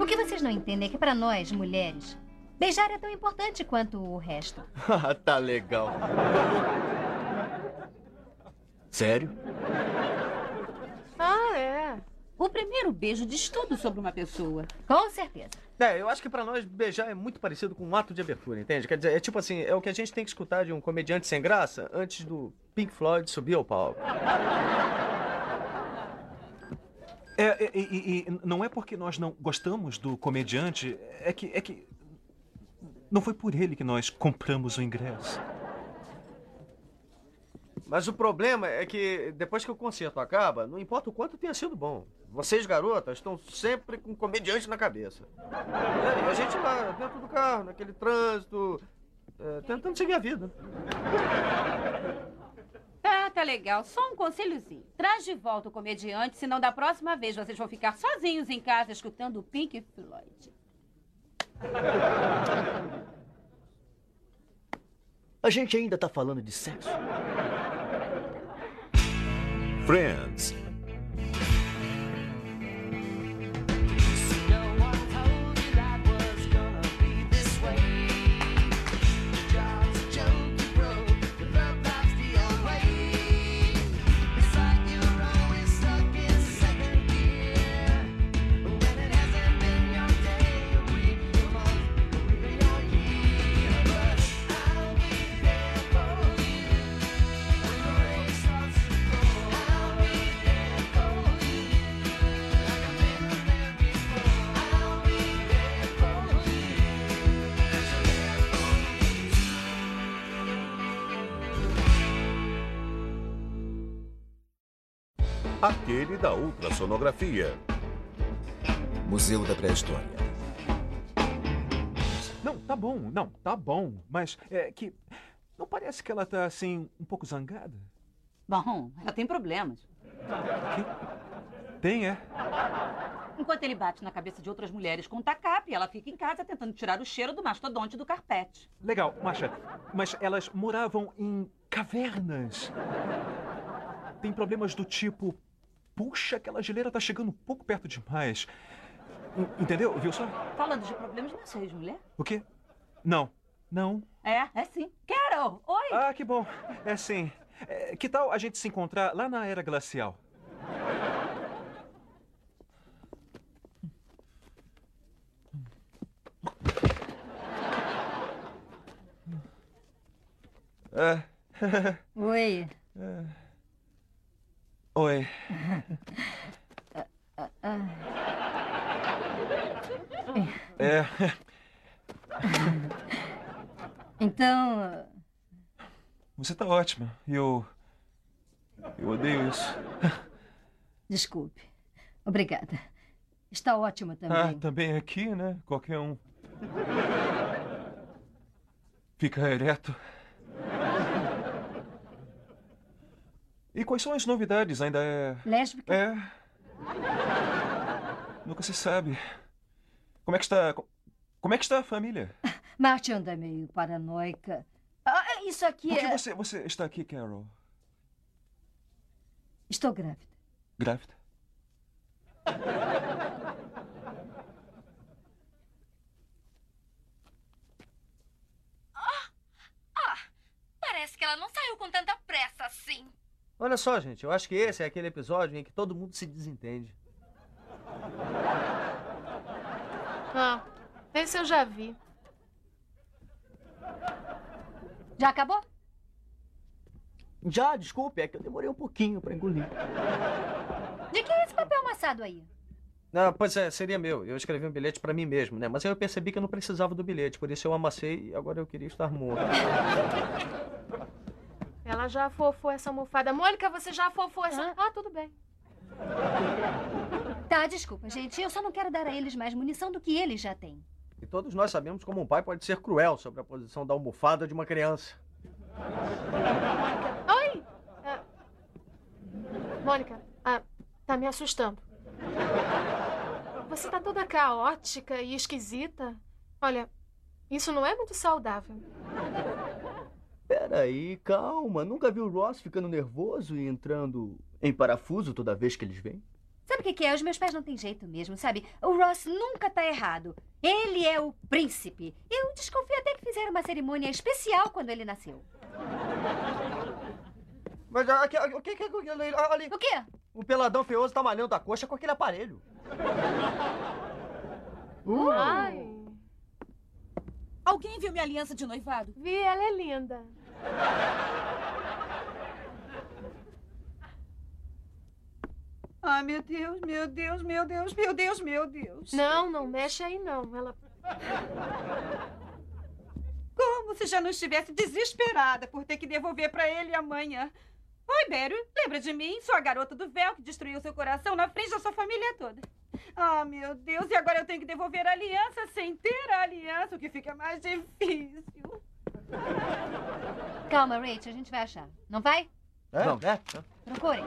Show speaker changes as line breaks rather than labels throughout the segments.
O que vocês não entendem é que para nós, mulheres, beijar é tão importante quanto o resto.
Ah, tá legal. Sério?
Ah, é.
O primeiro beijo diz tudo sobre uma pessoa.
Com certeza.
É, eu acho que pra nós beijar é muito parecido com um ato de abertura, entende? Quer dizer, é tipo assim, é o que a gente tem que escutar de um comediante sem graça antes do Pink Floyd subir ao palco.
É, e, e- e não é porque nós não gostamos do comediante, é que, é que. Não foi por ele que nós compramos o ingresso.
Mas o problema é que depois que o concerto acaba, não importa o quanto tenha sido bom. Vocês, garotas, estão sempre com comediante na cabeça. É, e a gente lá dentro do carro, naquele trânsito, é, tentando seguir a vida.
Tá, tá legal. Só um conselhozinho. Traz de volta o comediante, senão da próxima vez vocês vão ficar sozinhos em casa escutando o Pink Floyd.
A gente ainda tá falando de sexo?
Friends. Aquele da ultrassonografia.
Museu da Pré-História.
Não, tá bom, não, tá bom. Mas é que. Não parece que ela tá assim, um pouco zangada?
Bom, ela tem problemas.
Tem, é?
Enquanto ele bate na cabeça de outras mulheres com um tacape, ela fica em casa tentando tirar o cheiro do mastodonte do carpete.
Legal, Masha. Mas elas moravam em cavernas. Tem problemas do tipo. Puxa, aquela geleira tá chegando um pouco perto demais. En- Entendeu? Viu só?
Falando de problemas, não sei, mulher.
O quê? Não. Não.
É, é sim. Quero! Oi!
Ah, que bom. É sim. É, que tal a gente se encontrar lá na era glacial? É.
Oi.
Oi. É.
Então.
Você tá ótima. Eu. Eu odeio isso.
Desculpe. Obrigada. Está ótimo
Ah,
também.
também aqui, né? Qualquer um. Fica ereto. E quais são as novidades? Ainda é.
Lésbica?
É. Nunca se sabe. Como é que está. co- Como é que está a família?
Marte anda meio paranoica. Ah, isso aqui
Por que
é.
você, você está aqui, Carol?
Estou grávida.
Grávida?
Parece que ela não saiu com tanta pressa assim.
Olha só, gente, eu acho que esse é aquele episódio em que todo mundo se desentende.
Ah, esse eu já vi.
Já acabou?
Já, desculpe, é que eu demorei um pouquinho pra engolir.
De quem é esse papel amassado aí?
Ah, pois é, seria meu. Eu escrevi um bilhete pra mim mesmo, né? Mas aí eu percebi que eu não precisava do bilhete, por isso eu amassei e agora eu queria estar morto.
Ela já fofou essa almofada. Mônica, você já fofou essa. Ah, tudo bem.
Tá, desculpa, gente. Eu só não quero dar a eles mais munição do que eles já têm.
E todos nós sabemos como um pai pode ser cruel sobre a posição da almofada de uma criança.
Oi! Ah, Mônica, ah, tá me assustando. Você tá toda caótica e esquisita. Olha, isso não é muito saudável.
Peraí, calma. Nunca vi o Ross ficando nervoso e entrando em parafuso toda vez que eles vêm?
Sabe o que, que é? Os meus pais não têm jeito mesmo, sabe? O Ross nunca tá errado. Ele é o príncipe. Eu desconfio até que fizeram uma cerimônia especial quando ele nasceu.
Mas ah, aqui, ah, o que que é ali? Ah, ali?
O quê?
O peladão feioso tá malhando a coxa com aquele aparelho.
Ai,
Alguém viu minha aliança de noivado?
vi, ela é linda.
Ah, meu Deus, meu Deus, meu Deus, meu Deus, meu Deus.
Não, não mexe aí não. Ela
Como se já não estivesse desesperada por ter que devolver pra ele amanhã. Oi, Bério, lembra de mim? Sou a garota do véu que destruiu seu coração na frente da sua família toda. Ah, meu Deus, e agora eu tenho que devolver a aliança sem ter a aliança, o que fica mais difícil.
Calma, Rach, a gente vai achar. Não vai?
É?
Não.
É?
Procurem.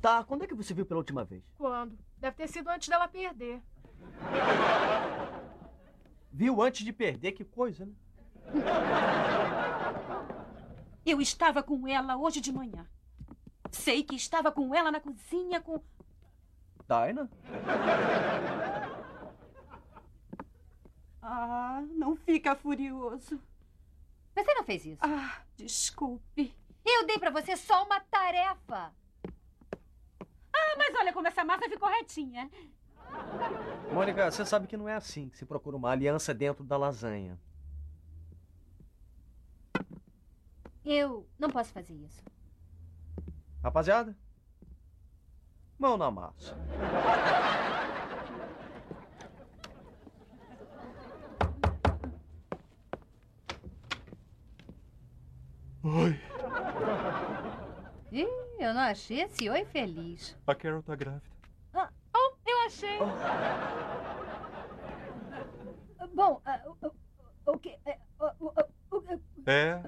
Tá, quando é que você viu pela última vez?
quando? Deve ter sido antes dela perder.
Viu antes de perder, que coisa, né?
Eu estava com ela hoje de manhã. Sei que estava com ela na cozinha com.
Daina?
Ah, não fica furioso.
Você não fez isso.
Ah, desculpe.
Eu dei pra você só uma tarefa.
Ah, mas olha como essa massa ficou retinha.
Mônica, você sabe que não é assim que se procura uma aliança dentro da lasanha.
Eu não posso fazer isso.
Rapaziada, mão na massa.
Ih, eu não achei esse oi feliz.
A Carol tá grávida.
Eu achei.
Bom, ah, o- o- o que. é, o- o- o-
É.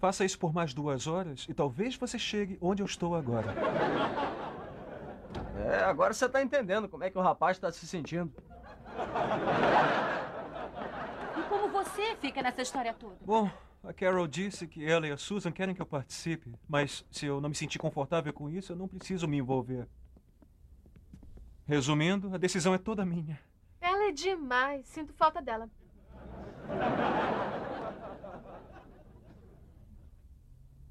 Faça isso por mais duas horas e talvez você chegue onde eu estou agora.
É, agora você tá entendendo como é que o rapaz tá se sentindo.
E como você fica nessa história toda?
Bom, a Carol disse que ela e a Susan querem que eu participe, mas se eu não me sentir confortável com isso, eu não preciso me envolver. Resumindo, a decisão é toda minha.
Ela é demais. Sinto falta dela.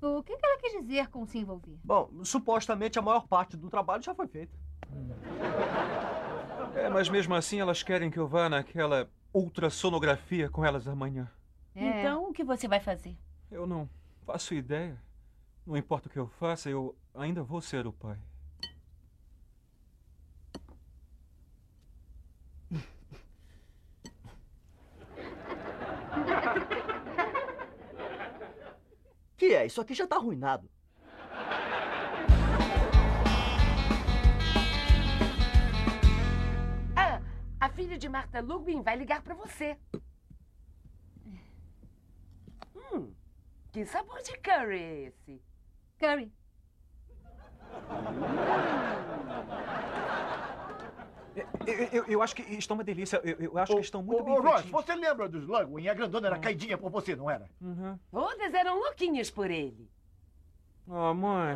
o- o que que ela quis dizer com se envolver?
Bom, supostamente a maior parte do trabalho já foi feita.
É, mas mesmo assim elas querem que eu vá naquela ultrassonografia com elas amanhã.
É.
Então, o que você vai fazer?
Eu não faço ideia. Não importa o que eu faça, eu ainda vou ser o pai.
Que é? Isso aqui já tá arruinado.
A filha de Marta Lugwin vai ligar pra você. Hum, que sabor de curry é esse?
Curry,
Eu, eu- eu acho que estão uma delícia. Eu, eu acho que estão muito
Ô,
bem
ô, Ross,
feitinhas.
você lembra dos Lugwin? A grandona era
Hum.
caidinha por você, não era?
Uhum.
Todas eram louquinhas por ele.
Ah, mãe.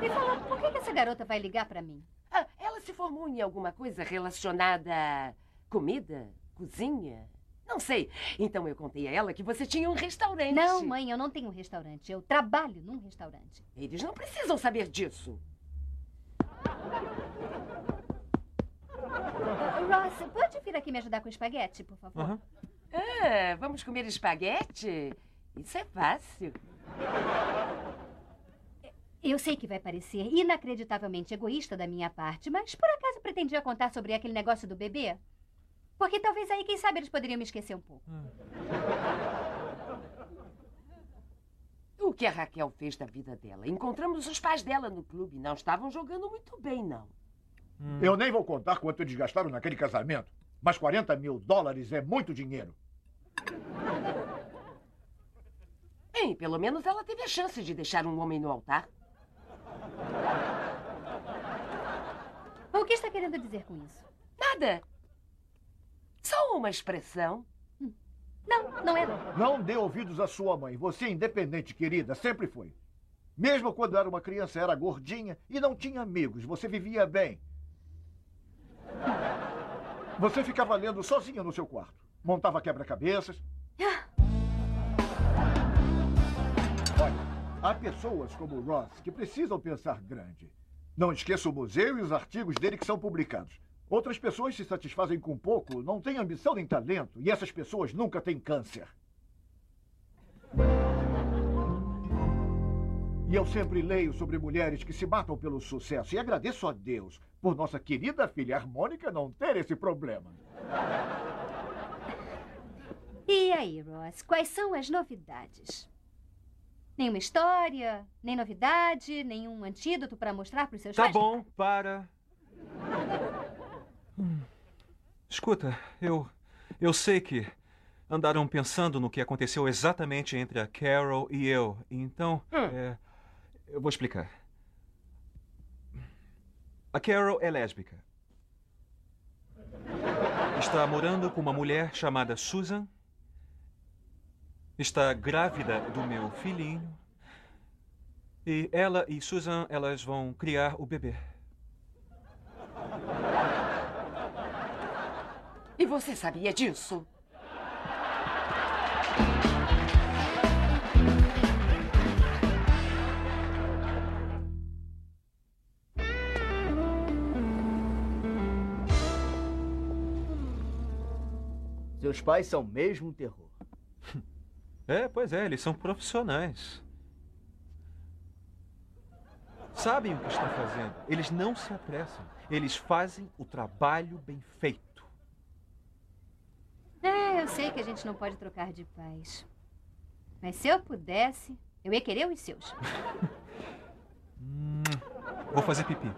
me fala, por que que essa garota vai ligar pra mim?
Ah, ela se formou em alguma coisa relacionada a comida? Cozinha? Não sei. Então eu contei a ela que você tinha um restaurante.
Não, mãe, eu não tenho um restaurante. Eu trabalho num restaurante.
Eles não precisam saber disso.
Ah, Ross, pode vir aqui me ajudar com espaguete, por favor?
Aham.
Ah, vamos comer espaguete? Isso é fácil.
Eu sei que vai parecer inacreditavelmente egoísta da minha parte, mas por acaso pretendia contar sobre aquele negócio do bebê? Porque talvez aí, quem sabe, eles poderiam me esquecer um pouco.
O que a Raquel fez da vida dela? Encontramos os pais dela no clube. Não estavam jogando muito bem, não.
Hum.
Eu nem vou contar quanto eles gastaram naquele casamento, mas 40 mil dólares é muito dinheiro.
Bem, pelo menos ela teve a chance de deixar um homem no altar.
O que está querendo dizer com isso?
Nada. Só uma expressão.
Não, não é não.
Não dê ouvidos à sua mãe. Você é independente, querida. Sempre foi. Mesmo quando era uma criança, era gordinha e não tinha amigos. Você vivia bem. Você ficava lendo sozinha no seu quarto. Montava quebra-cabeças. Olha, há pessoas como Ross que precisam pensar grande. Não esqueça o museu e os artigos dele que são publicados. Outras pessoas se satisfazem com pouco, não têm ambição nem talento, e essas pessoas nunca têm câncer. E eu sempre leio sobre mulheres que se matam pelo sucesso e agradeço a Deus por nossa querida filha harmônica não ter esse problema.
E aí, Ross, quais são as novidades? Nenhuma história, nem novidade, nenhum antídoto para mostrar para os seus
Tá
pais?
bom, para. Hum. Escuta, eu. Eu sei que andaram pensando no que aconteceu exatamente entre a Carol e eu. Então. é, eu vou explicar. A Carol é lésbica. Está morando com uma mulher chamada Susan. Está grávida do meu filhinho. E ela e Susan, elas vão criar o bebê.
E você sabia disso?
Seus pais são mesmo um terror.
É, pois é, eles são profissionais. Sabem o que estão fazendo. Eles não se apressam. Eles fazem o trabalho bem feito.
É, eu sei que a gente não pode trocar de pais. Mas se eu pudesse, eu ia querer os seus.
Hum, Vou fazer pipi.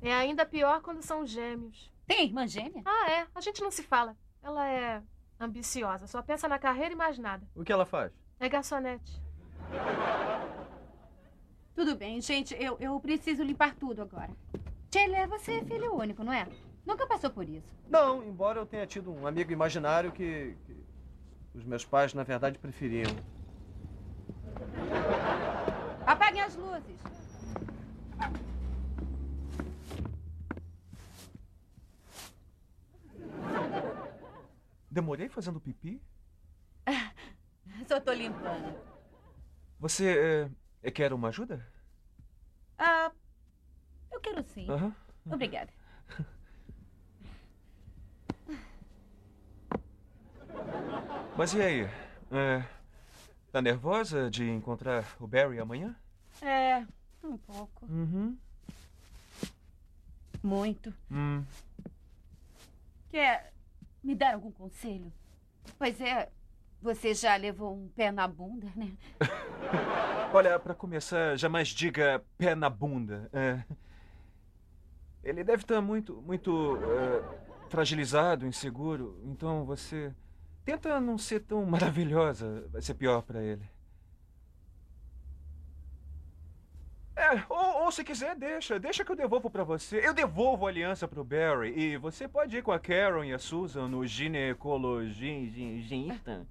É ainda pior quando são gêmeos.
Tem irmã gêmea?
Ah, é. A gente não se fala. Ela é ambiciosa, só pensa na carreira e mais nada.
O que ela faz?
É garçonete.
Tudo bem, gente, eu, eu preciso limpar tudo agora.
Taylor, você é filho único, não é? Nunca passou por isso.
Não, embora eu tenha tido um amigo imaginário que, que os meus pais, na verdade, preferiam.
Apaguem as luzes.
Demorei fazendo pipi?
Só tô limpando.
Você
É
eh, quer uma ajuda?
Ah, eu quero sim.
Aham.
Obrigada.
Mas e aí? Eh, tá nervosa de encontrar o Barry amanhã?
É, um pouco.
Uhum.
Muito.
Hum.
Quer me dar algum conselho? Pois é, você já levou um pé na bunda, né?
Olha, pra começar, jamais diga pé na bunda. É. Ele deve estar muito, muito é, fragilizado, inseguro. Então você tenta não ser tão maravilhosa. Vai ser pior pra ele. É, ou, ou se quiser, deixa. Deixa que eu devolvo pra você. Eu devolvo a aliança pro Barry. E você pode ir com a Karen e a Susan no ginecologista.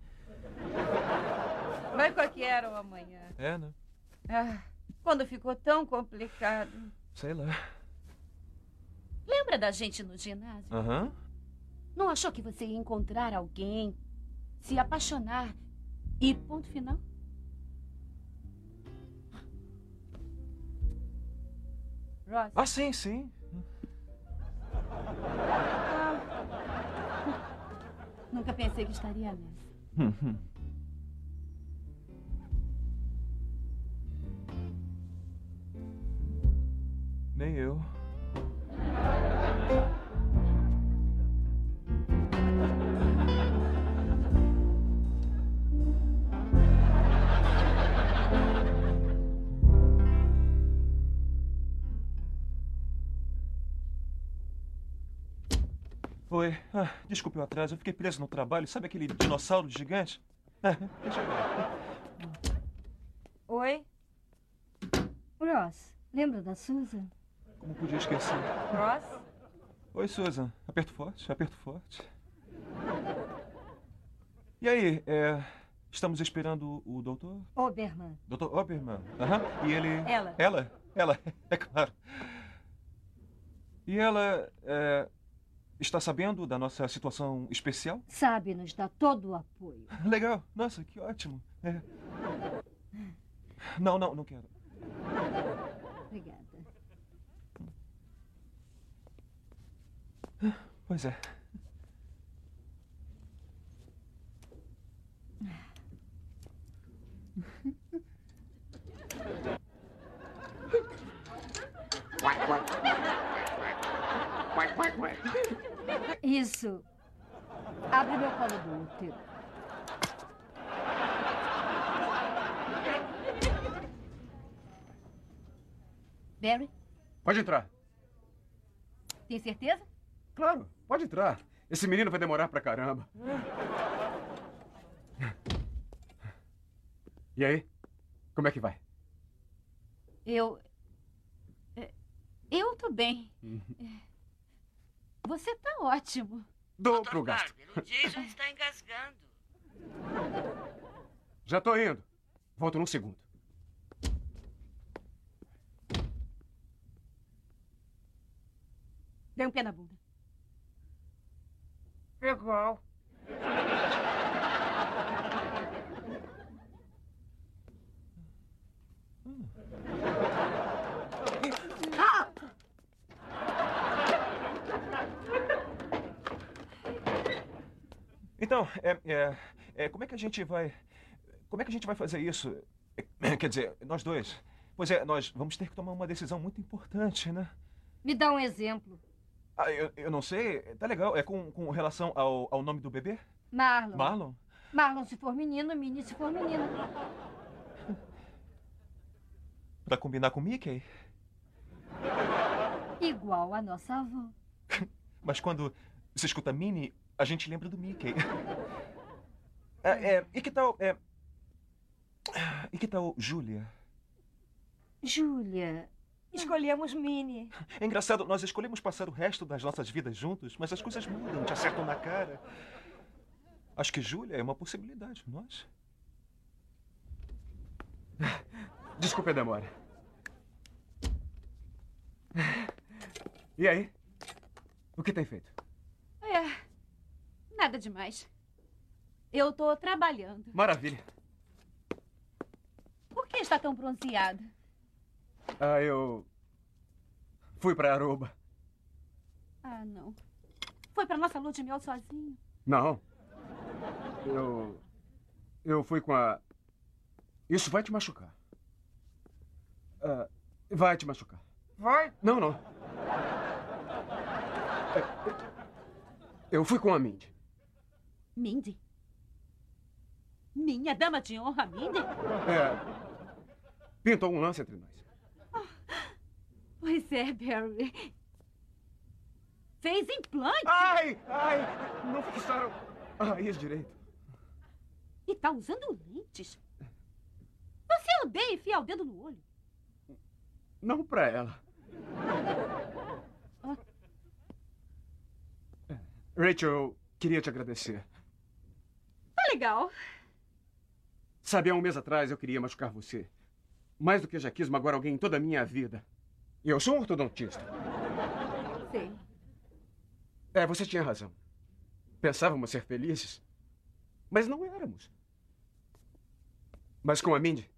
Vai com a Carol amanhã.
É, né?
Ah, quando ficou tão complicado.
Sei lá.
Lembra da gente no ginásio?
Aham.
Não achou que você ia encontrar alguém, se apaixonar e ponto final? Ross.
Ah, sim, sim.
Nunca pensei que estaria nessa.
Nem eu. Oi. Ah, desculpe o atraso, eu fiquei preso no trabalho. Sabe aquele dinossauro gigante? Ah, deixa eu ver.
Oi? Ross, lembra da Susan?
Como podia esquecer?
Ross?
Oi, Susan. Aperto forte, aperto forte. E aí, é... Estamos esperando o doutor?
Oberman.
Doutor Oberman. Aham. E ele.
É.
Ela.
Ela? Ela, é claro. E ela. é, está sabendo da nossa situação especial?
Sabe nos dá todo o apoio.
Legal. Nossa, que ótimo. É. Não, não, não quero.
Obrigada.
Pois é.
Isso. Abre meu colo do útero. Barry,
Pode entrar.
tem certeza?
Claro, pode entrar. Esse menino vai demorar pra caramba. E aí? Como é que vai?
Eu.
eh,
é, Eu tô bem. Você tá ótimo.
Dou pro gasto.
O Jason está engasgando.
Já tô indo. Volto num segundo.
Dei um pé na bunda.
Igual.
Então, é, é, é, como é que a gente vai. Como é que a gente vai fazer isso? É, Quer dizer, nós dois. Pois é, nós vamos ter que tomar uma decisão muito importante, né?
Me dá um exemplo.
Ah, eu, eu não sei, tá legal. É com, com relação ao, ao nome do bebê?
Marlon.
Marlon?
Marlon, se for menino, Minnie, se for menina.
Pra combinar com Mickey?
Igual a nossa avó.
Mas quando se escuta Minnie, a gente lembra do Mickey. É, é, e que tal. É... E que tal Júlia?
Júlia.
Escolhemos Minnie.
É engraçado, nós escolhemos passar o resto das nossas vidas juntos, mas as coisas mudam, te acertam na cara. Acho que Júlia é uma possibilidade, nós.
Desculpa a demora. E aí? O que tem feito?
É. Nada demais. Eu tô trabalhando.
Maravilha.
Por que está tão bronzeada?
Ah, eu. Fui pra Aruba.
Ah, não. Foi pra nossa lua de mel sozinho.
Não. Eu. Eu fui com a. Isso vai te machucar. Ah, vai te machucar.
Vai?
Não, não. Eu fui com a Mindy.
Mindy? Minha dama de honra, Mindy?
É. Pintou um lance entre nós.
Pois é, Barry. Fez implante?
Ai, ai, não fixaram a raiz Ah, direito.
E tá usando lentes? Você odeia enfiar o dedo no olho.
Não pra ela.
Ah.
É. Rachel, eu queria te agradecer.
Tá legal.
Sabe, há um mês atrás eu queria machucar você. Mais do que já quis magoar alguém em toda a minha vida. E eu sou um ortodontista.
Sei.
É, você tinha razão. Pensávamos ser felizes, mas não éramos. Mas com a Mindy,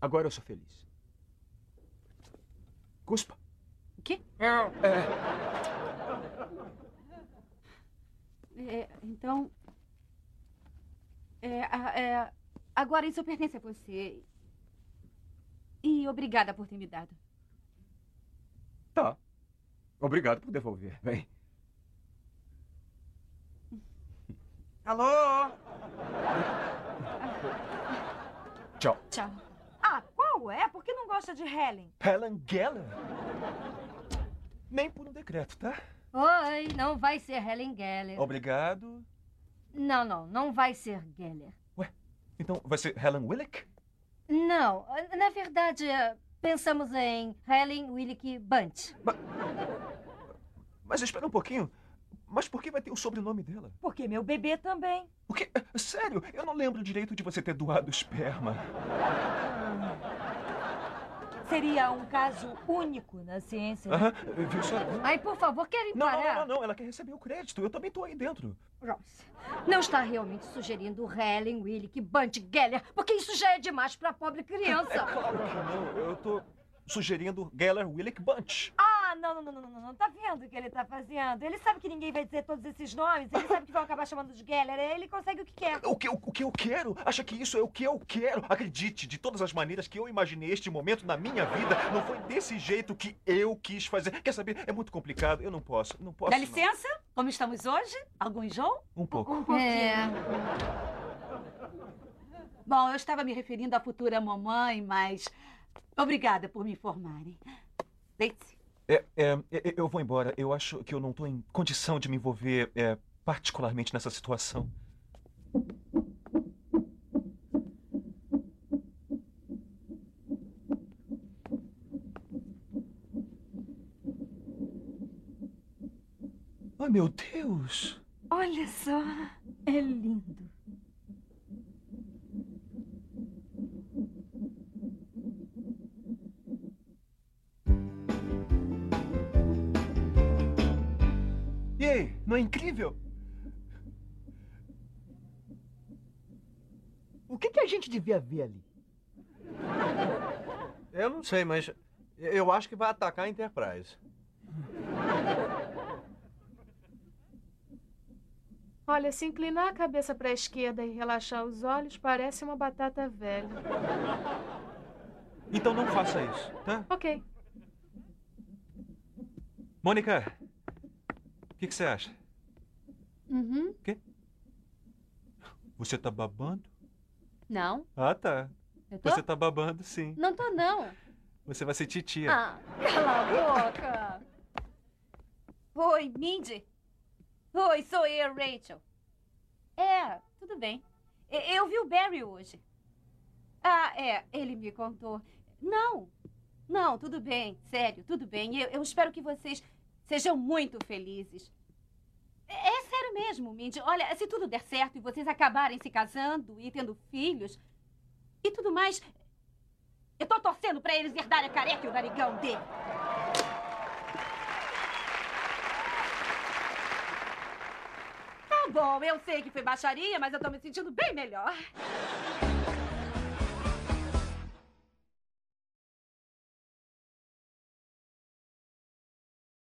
agora eu sou feliz. Cuspa.
O quê?
É,
É, então. É, a- é, agora isso pertence a você. E obrigada por ter me dado.
tá. Obrigado por devolver. Vem.
Alô?
Tchau.
Tchau.
Ah, qual é? Por que não gosta de Helen?
Helen Geller? Nem por um decreto, tá?
Oi, não vai ser Helen Geller.
Obrigado.
Não, não, não vai ser Geller.
Então, vai ser Helen Willick?
Não, na verdade, eh, pensamos em Helen Willick Bunt.
Mas espera um pouquinho. Mas por que vai ter o sobrenome dela?
Porque meu bebê também.
O quê? É, Sério, eu não lembro direito de você ter doado esperma.
Seria um caso único na ciência.
Aham, viu só?
Ai, por favor, querem
Não, não, não,
parar?
não, não, ela quer receber o crédito. Eu também tô aí dentro.
Ross, não está realmente sugerindo Helen, Willy, que Bunt Geller, porque isso já é demais para pobre criança.
É claro que não. Eu tô sugerindo Geller Willick Bunch.
Ah, não, não, não, não, não, não. Tá vendo o que ele tá fazendo? Ele sabe que ninguém vai dizer todos esses nomes, ele sabe que vão acabar chamando de Geller, aí ele consegue o que quer.
O que, eu- o que eu quero? Acha que isso é o que eu quero? Acredite, de todas as maneiras que eu imaginei este momento na minha vida, não foi desse jeito que eu quis fazer. Quer saber? É muito complicado. Eu não posso. Não posso.
Dá
não.
licença? Como estamos hoje? Algum enjoo?
Um pouco.
É. Bom, eu estava me referindo à futura mamãe, mas. Obrigada por me informarem. Deite-se.
É, é, é, eu vou embora. Eu acho que eu não tô em condição de me envolver é, particularmente nessa situação. Ai, Ah, meu Deus!
Olha só, é lindo.
E aí, não é incrível?
O que, que a gente devia ver ali?
Eu não sei, mas eu acho que vai atacar a Enterprise.
Olha, se inclinar a cabeça para a esquerda e relaxar os olhos parece uma batata velha.
Então não faça isso, tá?
Ok.
Mônica, o que, que você acha?
Uhum.
Você tá babando?
Não,
Ah, tá.
eu tô.
Você tá babando, sim.
Não tô, não.
Você vai ser titia.
Ah, cala a boca.
Oi, Mindy.
Oi, sou eu, Rachel. É, tudo bem. E- Eu vi o Barry hoje.
Ah, é, ele me contou. Não, não, tudo bem, sério, tudo bem. Eu, eu espero que vocês sejam muito felizes. É, é sério mesmo, Mindy. Olha, se tudo der certo e vocês acabarem se casando e tendo filhos e tudo mais, eu tô torcendo pra eles herdarem a careca e o narigão dele.
Tá bom, eu sei que foi baixaria, mas eu tô me sentindo bem melhor.